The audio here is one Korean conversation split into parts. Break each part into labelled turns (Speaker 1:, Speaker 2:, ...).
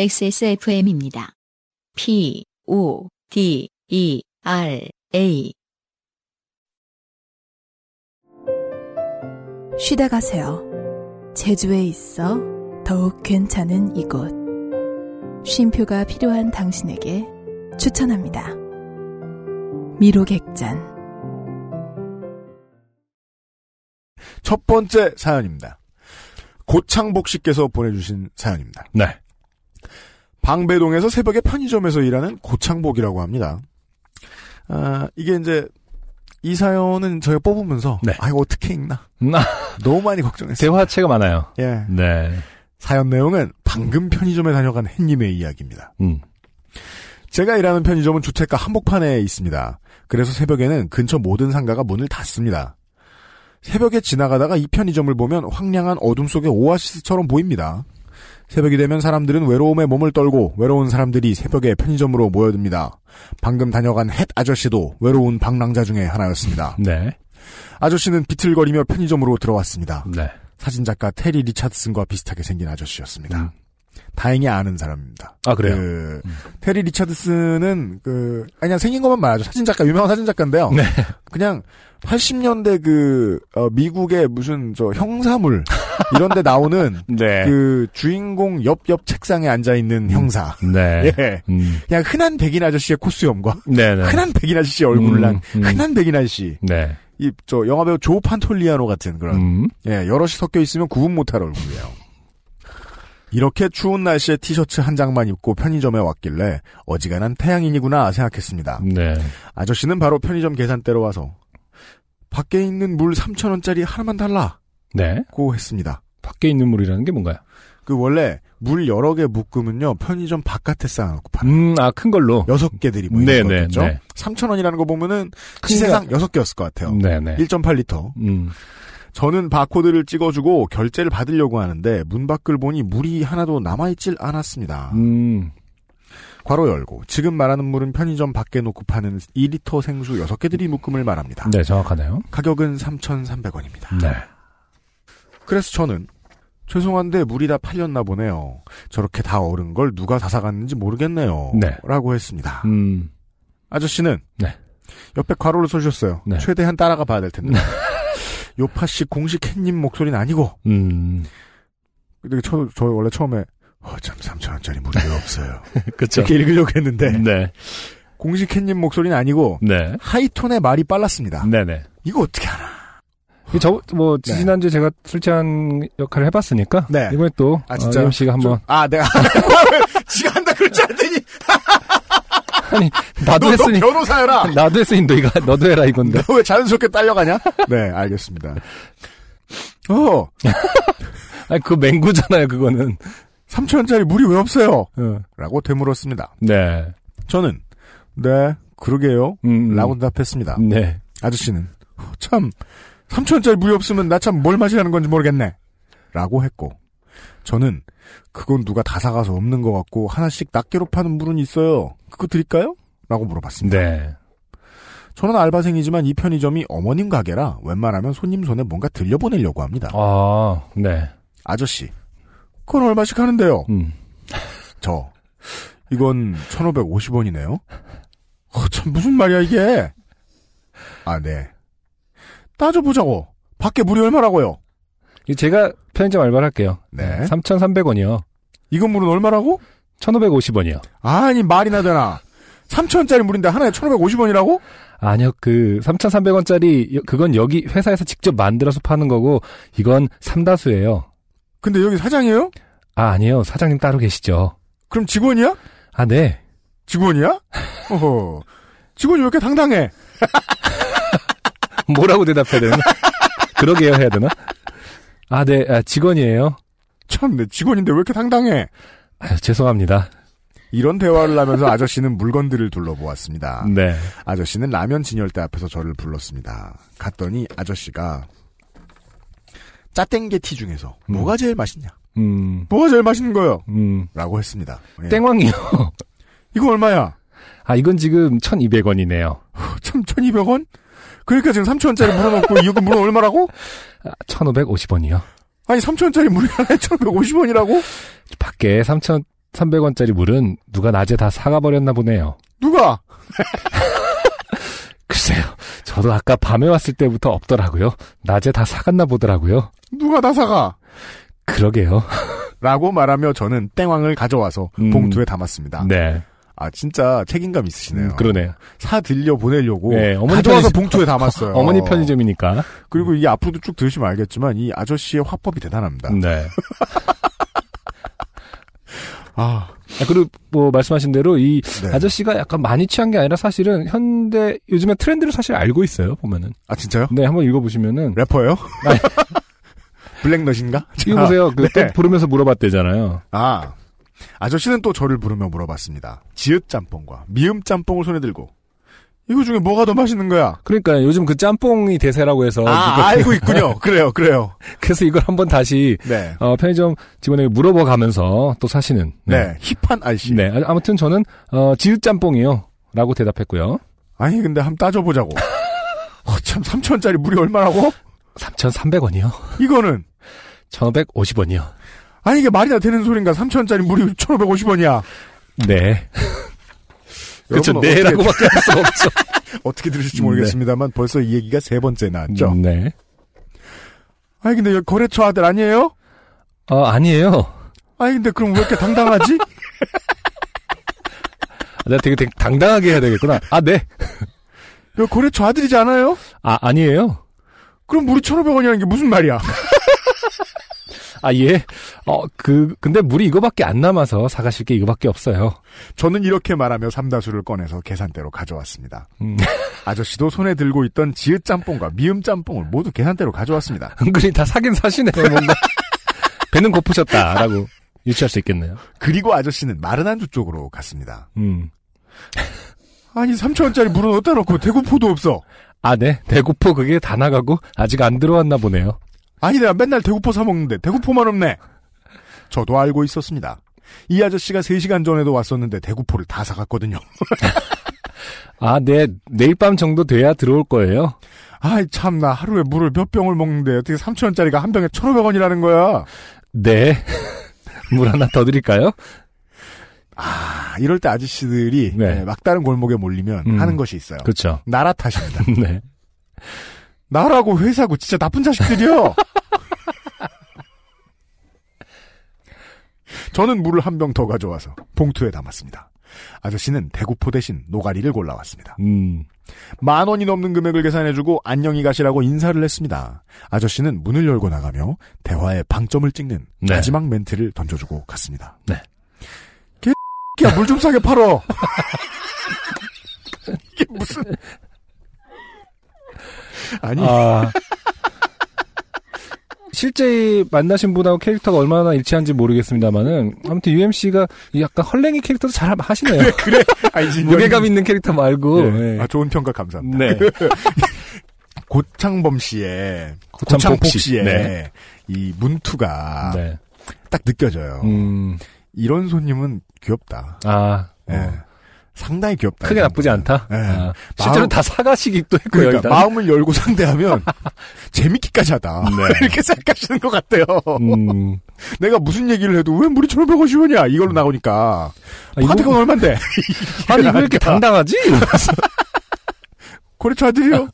Speaker 1: XSFM입니다. P, O, D, E, R, A.
Speaker 2: 쉬다 가세요. 제주에 있어 더욱 괜찮은 이곳. 쉼표가 필요한 당신에게 추천합니다. 미로객잔.
Speaker 3: 첫 번째 사연입니다. 고창복 씨께서 보내주신 사연입니다.
Speaker 4: 네.
Speaker 3: 방배동에서 새벽에 편의점에서 일하는 고창복이라고 합니다. 아, 이게 이제 이 사연은 저희가 뽑으면서
Speaker 4: 네.
Speaker 3: 아 이거 어떻게 읽나
Speaker 4: 음, 아,
Speaker 3: 너무 많이 걱정했어요.
Speaker 4: 대화체가 많아요.
Speaker 3: 예.
Speaker 4: 네.
Speaker 3: 사연 내용은 방금 편의점에 다녀간 햇님의 이야기입니다.
Speaker 4: 음.
Speaker 3: 제가 일하는 편의점은 주택가 한복판에 있습니다. 그래서 새벽에는 근처 모든 상가가 문을 닫습니다. 새벽에 지나가다가 이 편의점을 보면 황량한 어둠 속의 오아시스처럼 보입니다. 새벽이 되면 사람들은 외로움에 몸을 떨고 외로운 사람들이 새벽에 편의점으로 모여듭니다. 방금 다녀간 햇 아저씨도 외로운 방랑자 중에 하나였습니다.
Speaker 4: 네.
Speaker 3: 아저씨는 비틀거리며 편의점으로 들어왔습니다.
Speaker 4: 네.
Speaker 3: 사진작가 테리 리차드슨과 비슷하게 생긴 아저씨였습니다.
Speaker 4: 음.
Speaker 3: 다행히 아는 사람입니다.
Speaker 4: 아, 그래요?
Speaker 3: 그, 테리 리차드슨은 그 그냥 생긴 것만 말하죠. 사진작가 유명한 사진작가인데요.
Speaker 4: 네.
Speaker 3: 그냥 80년대 그 어, 미국의 무슨 저 형사물 이런데 나오는
Speaker 4: 네. 음.
Speaker 3: 그 주인공 옆옆 책상에 앉아 있는 형사.
Speaker 4: 네.
Speaker 3: 예.
Speaker 4: 음.
Speaker 3: 그냥 흔한 백인 아저씨의 코스염과
Speaker 4: 네, 네.
Speaker 3: 흔한 백인 아저씨의 얼굴을 한
Speaker 4: 음, 음.
Speaker 3: 흔한 백인 아저씨
Speaker 4: 네.
Speaker 3: 이 저 영화배우 조 판톨리아노 같은 그런
Speaker 4: 음.
Speaker 3: 예, 여럿이 섞여 있으면 구분 못할 얼굴이에요. 이렇게 추운 날씨에 티셔츠 한 장만 입고 편의점에 왔길래 어지간한 태양인이구나 생각했습니다.
Speaker 4: 네.
Speaker 3: 아저씨는 바로 편의점 계산대로 와서 밖에 있는 물 3,000원짜리 하나만 달라고
Speaker 4: 네.
Speaker 3: 했습니다.
Speaker 4: 밖에 있는 물이라는 게 뭔가요?
Speaker 3: 그 원래 물 여러 개 묶으면요. 편의점 바깥에 쌓아놓고 팔아요.
Speaker 4: 음, 아, 큰 걸로.
Speaker 3: 여섯 개들이 뭐
Speaker 4: 네,
Speaker 3: 이런
Speaker 4: 네,
Speaker 3: 거겠죠.
Speaker 4: 네.
Speaker 3: 3,000원이라는 거 보면은
Speaker 4: 큰
Speaker 3: 이
Speaker 4: 거.
Speaker 3: 세상 여섯 개였을 것 같아요.
Speaker 4: 네, 네.
Speaker 3: 1.8리터.
Speaker 4: 음.
Speaker 3: 저는 바코드를 찍어주고 결제를 받으려고 하는데 문 밖을 보니 물이 하나도 남아있질 않았습니다.
Speaker 4: 음.
Speaker 3: 괄호 열고 지금 말하는 물은 편의점 밖에 놓고 파는 2리터 생수 6개들이 묶음을 말합니다.
Speaker 4: 네, 정확하네요.
Speaker 3: 가격은 3,300원입니다.
Speaker 4: 네.
Speaker 3: 그래서 저는 죄송한데 물이 다 팔렸나 보네요. 저렇게 다 얼은 걸 누가 다 사갔는지 모르겠네요.
Speaker 4: 네.
Speaker 3: 라고 했습니다.
Speaker 4: 음.
Speaker 3: 아저씨는
Speaker 4: 네.
Speaker 3: 옆에 괄호를 써주셨어요.
Speaker 4: 네.
Speaker 3: 최대한 따라가 봐야 될 텐데. 요파씨 공식 햇님 목소리는 아니고
Speaker 4: 음.
Speaker 3: 근데 저, 저 원래 처음에 어참 3천 원짜리 물이 왜 없어요.
Speaker 4: 그쵸.
Speaker 3: 이렇게 읽으려고 했는데
Speaker 4: 네.
Speaker 3: 공식 캣님 목소리는 아니고
Speaker 4: 네.
Speaker 3: 하이톤의 말이 빨랐습니다.
Speaker 4: 네네.
Speaker 3: 이거 어떻게 하나?
Speaker 4: 이 저, 뭐, 지난주에 제가 술 취한 역할을 해봤으니까.
Speaker 3: 네.
Speaker 4: 이번에 또.
Speaker 3: 아, 진짜요?
Speaker 4: 어, 씨가 한번.
Speaker 3: 아 내가 지가 한다 그러지 않더니
Speaker 4: 아니,
Speaker 3: 너,
Speaker 4: 나도
Speaker 3: 너
Speaker 4: 했으니. 네.
Speaker 3: 변호사여라.
Speaker 4: 나도 했으니 너 이거, 너도 해라 이건데.
Speaker 3: 너 왜 자연스럽게 딸려가냐? 네 알겠습니다. 어
Speaker 4: 아니, 그거 맹구잖아요, 그거는.
Speaker 3: 3천 원짜리 물이 왜 없어요?
Speaker 4: 어.
Speaker 3: 라고 되물었습니다.
Speaker 4: 네.
Speaker 3: 저는 네 그러게요.
Speaker 4: 음.
Speaker 3: 라고 대답했습니다.
Speaker 4: 네.
Speaker 3: 아저씨는 "어, 참 3천원짜리 물이 없으면 나 참 뭘 마시라는 건지 모르겠네 라고 했고 저는 그건 누가 다 사가서 없는 것 같고 하나씩 낱개로 파는 물은 있어요 그거 드릴까요? 라고 물어봤습니다
Speaker 4: 네.
Speaker 3: 저는 알바생이지만 이 편의점이 어머님 가게라 웬만하면 손님 손에 뭔가 들려보내려고 합니다
Speaker 4: 아, 네.
Speaker 3: 아저씨 그건 얼마씩 하는데요
Speaker 4: 음.
Speaker 3: 저 이건 1550원이네요 어, 참 무슨 말이야 이게 아네 따져보자고 밖에 물이 얼마라고요
Speaker 4: 이거 제가 편의점 알바를 할게요.
Speaker 3: 네.
Speaker 4: 3,300원이요.
Speaker 3: 이건 물은 얼마라고?
Speaker 4: 1,550원이요.
Speaker 3: 아니 말이나 되나. 3천원짜리 물인데 하나에 1,550원이라고?
Speaker 4: 아니요, 그, 3,300원짜리, 그건 여기 회사에서 직접 만들어서 파는 거고, 이건 삼다수예요.
Speaker 3: 근데 여기 사장이에요?
Speaker 4: 아, 아니요. 사장님 따로 계시죠.
Speaker 3: 그럼 직원이야?
Speaker 4: 아, 네.
Speaker 3: 직원이야? 어허. 직원이 왜 이렇게 당당해?
Speaker 4: 뭐라고 대답해야 되나? 그러게요, 해야 되나? 아, 네. 아, 직원이에요.
Speaker 3: 참, 내 직원인데 왜 이렇게 당당해?
Speaker 4: 아유, 죄송합니다.
Speaker 3: 이런 대화를 하면서 아저씨는 물건들을 둘러보았습니다.
Speaker 4: 네.
Speaker 3: 아저씨는 라면 진열대 앞에서 저를 불렀습니다. 갔더니 아저씨가 짜땡게티 중에서 뭐가 제일 맛있냐?
Speaker 4: 음,
Speaker 3: 뭐가 제일 맛있는 거요?
Speaker 4: 음.
Speaker 3: 라고 했습니다. 예.
Speaker 4: 땡왕이요.
Speaker 3: 이거 얼마야?
Speaker 4: 아, 이건 지금 1,200원이네요.
Speaker 3: 참, 1200원? 그러니까 지금 3,000원짜리 물어놓고, 이거 물은 얼마라고?
Speaker 4: 아, 1,550원이요.
Speaker 3: 아니, 3,000원짜리 물이 하나에 1,150원이라고?
Speaker 4: 밖에 3,000 3,300원짜리 물은 누가 낮에 다 사가버렸나 보네요.
Speaker 3: 누가?
Speaker 4: 글쎄요. 저도 아까 밤에 왔을 때부터 없더라고요. 낮에 다 사갔나 보더라고요.
Speaker 3: 누가 다 사가?
Speaker 4: 그러게요.
Speaker 3: 라고 말하며 저는 땡왕을 가져와서
Speaker 4: 음.
Speaker 3: 봉투에 담았습니다.
Speaker 4: 네.
Speaker 3: 아 진짜 책임감 있으시네요.
Speaker 4: 음, 그러네요.
Speaker 3: 사 들려 보내려고
Speaker 4: 네, 어머니
Speaker 3: 가져와서
Speaker 4: 편의점-
Speaker 3: 봉투에 담았어요.
Speaker 4: 어머니 편의점이니까.
Speaker 3: 그리고 이게 앞으로도 쭉 들으시면 알겠지만 이 아저씨의 화법이 대단합니다.
Speaker 4: 네.
Speaker 3: 아,
Speaker 4: 아, 그리고 뭐 말씀하신 대로 이
Speaker 3: 네.
Speaker 4: 아저씨가 약간 많이 취한 게 아니라 사실은 현대 요즘에 트렌드를 사실 알고 있어요 보면은
Speaker 3: 아 진짜요?
Speaker 4: 네 한번 읽어보시면은
Speaker 3: 래퍼예요?
Speaker 4: 아니. 네.
Speaker 3: 블랙넛인가?
Speaker 4: 이거 보세요 그때
Speaker 3: 네.
Speaker 4: 부르면서 물어봤대잖아요
Speaker 3: 아 아저씨는 또 저를 부르며 물어봤습니다. 지읒 짬뽕과 미음 짬뽕을 손에 들고 이거 중에 뭐가 더 맛있는 거야?
Speaker 4: 그러니까 요즘 그 짬뽕이 대세라고 해서
Speaker 3: 아
Speaker 4: 이거-
Speaker 3: 알고 있군요. 그래요, 그래요.
Speaker 4: 그래서 이걸 한번 다시
Speaker 3: 네,
Speaker 4: 어, 편의점 직원에게 물어봐 가면서 또 사시는
Speaker 3: 네, 힙한 아저씨.
Speaker 4: 네. 아, 아무튼 저는 어, 지읒 짬뽕이요 라고 대답했고요
Speaker 3: 아니 근데 한번 따져보자고. 어, 참 3천원짜리 물이 얼마라고?
Speaker 4: 3,300원이요
Speaker 3: 이거는
Speaker 4: 1,550원이요
Speaker 3: 아니 이게 말이나 되는 소린가 3천원짜리 물이 1,550원이야.
Speaker 4: 네 그쵸
Speaker 3: 여러분,
Speaker 4: 네라고밖에 할 수 없죠
Speaker 3: 어떻게 들으실지 모르겠습니다만 벌써 이 얘기가 세 번째 나왔죠.
Speaker 4: 네
Speaker 3: 음. 아니 근데 여기 거래처 아들 아니에요?
Speaker 4: 어, 아니에요
Speaker 3: 아니 근데 그럼 왜 이렇게 당당하지?
Speaker 4: 아, 내가 되게, 되게 당당하게 해야 되겠구나. 아, 네.
Speaker 3: 여기 거래처 아들이지 않아요?
Speaker 4: 아, 아니에요.
Speaker 3: 그럼 물이 1,500원이라는 게 무슨 말이야?
Speaker 4: 아, 예. 어, 그, 근데 물이 이거밖에 안 남아서 사가실 게 이거밖에 없어요.
Speaker 3: 저는 이렇게 말하며 삼다수를 꺼내서 계산대로 가져왔습니다.
Speaker 4: 음,
Speaker 3: 아저씨도 손에 들고 있던 지읒 짬뽕과 미음 짬뽕을 모두 계산대로 가져왔습니다.
Speaker 4: 은근히 다 사긴 사시네, 뭔가. 배는 고프셨다. 라고 유추할 수 있겠네요.
Speaker 3: 그리고 아저씨는 마른안주 쪽으로 갔습니다.
Speaker 4: 음.
Speaker 3: 아니 3천원짜리 물은 어디다 놓고 대구포도 없어.
Speaker 4: 아, 네. 대구포 그게 다 나가고 아직 안 들어왔나 보네요.
Speaker 3: 아니 내가 맨날 대구포 사 먹는데 대구포만 없네. 저도 알고 있었습니다. 이 아저씨가 3시간 전에도 왔었는데 대구포를 다 사갔거든요.
Speaker 4: 아, 네. 내일 밤 정도 돼야 들어올 거예요.
Speaker 3: 아이 참나 하루에 물을 몇 병을 먹는데 어떻게 3천원짜리가 한 병에 1,500원이라는 거야.
Speaker 4: 네. 물 하나 더 드릴까요?
Speaker 3: 아 이럴 때 아저씨들이
Speaker 4: 네.
Speaker 3: 네, 막다른 골목에 몰리면
Speaker 4: 음.
Speaker 3: 하는 것이 있어요.
Speaker 4: 그렇죠.
Speaker 3: 나라 탓입니다.
Speaker 4: 네.
Speaker 3: 나라고 회사고 진짜 나쁜 자식들이요. 저는 물을 한 병 더 가져와서 봉투에 담았습니다. 아저씨는 대구포 대신 노가리를 골라왔습니다.
Speaker 4: 음.
Speaker 3: 만 원이 넘는 금액을 계산해주고 안녕히 가시라고 인사를 했습니다. 아저씨는 문을 열고 나가며 대화의 방점을 찍는
Speaker 4: 네.
Speaker 3: 마지막 멘트를 던져주고 갔습니다.
Speaker 4: 네.
Speaker 3: 개야 물 좀 싸게 팔어. 이게 무슨 아니
Speaker 4: 아. 실제 만나신 분하고 캐릭터가 얼마나 일치한지 모르겠습니다만은 아무튼 UMC가 약간 헐랭이 캐릭터도 잘 하시네요.
Speaker 3: 그래 아니
Speaker 4: 무게감 있는 캐릭터 말고 네.
Speaker 3: 아, 좋은 평가 감사합니다.
Speaker 4: 네.
Speaker 3: 고창범 씨의
Speaker 4: 고창폭
Speaker 3: 고창폭
Speaker 4: 씨.
Speaker 3: 씨의
Speaker 4: 네.
Speaker 3: 이 문투가
Speaker 4: 네.
Speaker 3: 딱 느껴져요.
Speaker 4: 음.
Speaker 3: 이런 손님은 귀엽다.
Speaker 4: 아. 어,
Speaker 3: 예. 상당히 귀엽다.
Speaker 4: 크게
Speaker 3: 이런
Speaker 4: 나쁘지
Speaker 3: 분은.
Speaker 4: 않다.
Speaker 3: 예.
Speaker 4: 아, 실제로
Speaker 3: 마음-
Speaker 4: 다 사가시기도 했고요.
Speaker 3: 그러니까
Speaker 4: 일단.
Speaker 3: 마음을 열고 상대하면 재밌기까지 하다.
Speaker 4: 네.
Speaker 3: 이렇게 생각하시는 것 같아요.
Speaker 4: 음.
Speaker 3: 내가 무슨 얘기를 해도 왜 물이 1,550원이야? 이걸로 나오니까.
Speaker 4: 아, 이거-
Speaker 3: 파티콘 얼만데?
Speaker 4: 아니 왜 이렇게 당당하지? 이러면서.
Speaker 3: 고래초 아들이요?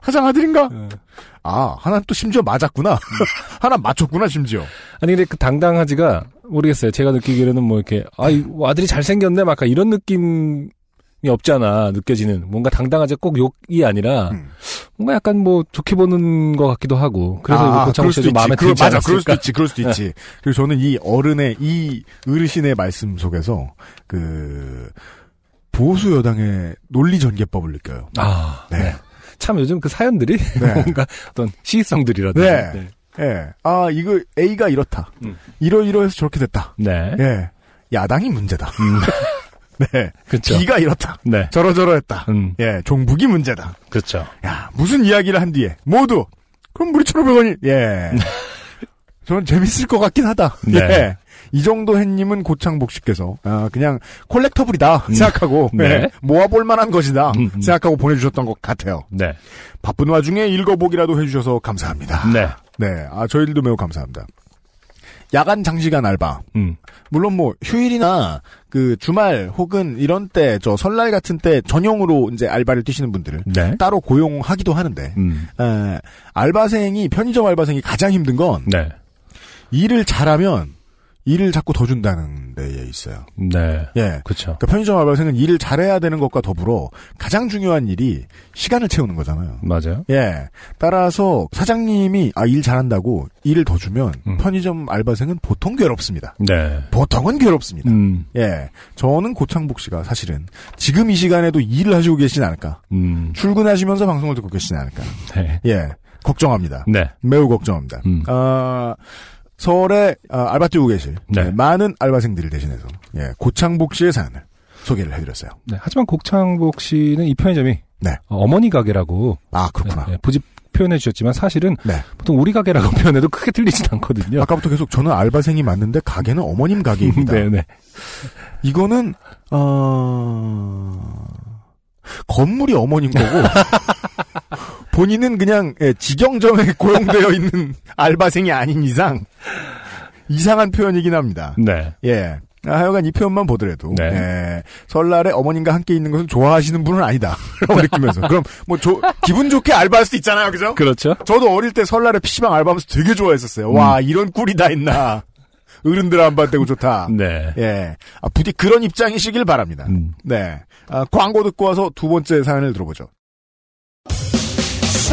Speaker 3: 화장 아들인가? 아, 하나는 또 심지어 맞았구나.
Speaker 4: 음.
Speaker 3: 하나 맞췄구나, 심지어.
Speaker 4: 아니 근데 그 당당하지가 모르겠어요. 제가 느끼기로는 뭐 이렇게 아, 이 아들이 잘생겼네 막 약간 이런 느낌이 없잖아 느껴지는 뭔가 당당하지 꼭 욕이 아니라
Speaker 3: 음.
Speaker 4: 뭔가 약간 뭐 좋게 보는 것 같기도 하고 그래서
Speaker 3: 아,
Speaker 4: 이거 고창호
Speaker 3: 그럴 수도
Speaker 4: 씨도
Speaker 3: 있지.
Speaker 4: 마음에
Speaker 3: 그럴-
Speaker 4: 들지
Speaker 3: 맞아, 그럴 수도
Speaker 4: 않았을까? 네.
Speaker 3: 있지, 그럴 수도 있지. 그리고 저는 이 어른의, 이 어르신의 말씀 속에서, 그, 보수 여당의 논리 전개법을 느껴요.
Speaker 4: 아,
Speaker 3: 네.
Speaker 4: 네. 참 요즘 그 사연들이
Speaker 3: 네.
Speaker 4: 뭔가 어떤 시의성들이라든지
Speaker 3: 네. 예. 아, 이거 A가 이렇다.
Speaker 4: 음.
Speaker 3: 이러이러해서 저렇게 됐다.
Speaker 4: 네.
Speaker 3: 예. 야당이 문제다.
Speaker 4: 음,
Speaker 3: 네.
Speaker 4: 그렇죠.
Speaker 3: B가 이렇다.
Speaker 4: 네.
Speaker 3: 저러저러했다.
Speaker 4: 음,
Speaker 3: 예, 종북이 문제다.
Speaker 4: 그렇죠.
Speaker 3: 야, 무슨 이야기를 한 뒤에 모두 그럼 우리 1,500원이 예. 저는 재밌을 것 같긴 하다.
Speaker 4: 네.
Speaker 3: 예. 이 정도 햇님은 고창복 씨께서 아, 그냥 콜렉터블이다
Speaker 4: 음.
Speaker 3: 생각하고
Speaker 4: 네.
Speaker 3: 예, 모아볼 만한 것이다
Speaker 4: 음, 음.
Speaker 3: 생각하고 보내주셨던 것 같아요.
Speaker 4: 네.
Speaker 3: 바쁜 와중에 읽어보기라도 해주셔서 감사합니다.
Speaker 4: 네.
Speaker 3: 네, 아 저희들도 매우 감사합니다. 야간 장시간 알바.
Speaker 4: 음.
Speaker 3: 물론 뭐 휴일이나 그 주말 혹은 이런 때 저 설날 같은 때 전용으로 이제 알바를 뛰시는 분들을
Speaker 4: 네.
Speaker 3: 따로 고용하기도 하는데
Speaker 4: 음.
Speaker 3: 에, 예. 알바생이 편의점 알바생이 가장 힘든 건
Speaker 4: 네.
Speaker 3: 일을 잘하면 일을 자꾸 더 준다는 데에 있어요.
Speaker 4: 네.
Speaker 3: 예.
Speaker 4: 그렇죠.
Speaker 3: 그러니까 편의점 알바생은 일을 잘해야 되는 것과 더불어 가장 중요한 일이 시간을 채우는 거잖아요.
Speaker 4: 맞아요.
Speaker 3: 예. 따라서 사장님이 아 일 잘한다고 일을 더 주면
Speaker 4: 음.
Speaker 3: 편의점 알바생은 보통 괴롭습니다.
Speaker 4: 네.
Speaker 3: 보통은 괴롭습니다.
Speaker 4: 음.
Speaker 3: 예. 저는 고창복 씨가 사실은 지금 이 시간에도 일을 하시고 계시지 않을까.
Speaker 4: 음.
Speaker 3: 출근하시면서 방송을 듣고 계시지 않을까.
Speaker 4: 네.
Speaker 3: 예. 걱정합니다.
Speaker 4: 네.
Speaker 3: 매우 걱정합니다.
Speaker 4: 음.
Speaker 3: 아, 서울에 아, 알바 뛰고 계실
Speaker 4: 네.
Speaker 3: 예, 많은 알바생들을 대신해서 예, 고창복 씨의 사연을 소개를 해드렸어요.
Speaker 4: 네. 하지만 곡창복 씨는 이 편의점이
Speaker 3: 네.
Speaker 4: 어, 어머니 가게라고
Speaker 3: 아 그렇구나.
Speaker 4: 네, 네, 부집 표현해 주셨지만 사실은
Speaker 3: 네.
Speaker 4: 보통 우리 가게라고 표현해도 크게 틀리진 않거든요.
Speaker 3: 아까부터 계속 저는 알바생이 맞는데 가게는 어머님 가게입니다.
Speaker 4: 네, 네.
Speaker 3: 이거는 어... 건물이 어머님 거고 본인은 그냥 예, 직영점에 고용되어 있는 알바생이 아닌 이상 이상한 표현이긴 합니다.
Speaker 4: 네.
Speaker 3: 예. 아, 하여간 이 표현만 보더라도
Speaker 4: 네.
Speaker 3: 예, 설날에 어머님과 함께 있는 것을 좋아하시는 분은 아니다라고 느끼면서 그럼 뭐 조- 기분 좋게 알바할 수도 있잖아요, 그죠?
Speaker 4: 그렇죠.
Speaker 3: 저도 어릴 때 설날에 PC방 알바하면서 되게 좋아했었어요. 와
Speaker 4: 음.
Speaker 3: 이런 꿀이 다 있나? 어른들 안반 되고 좋다.
Speaker 4: 네.
Speaker 3: 예, 아, 부디 그런 입장이시길 바랍니다.
Speaker 4: 음.
Speaker 3: 네, 아, 광고 듣고 와서 두 번째 사연을 들어보죠.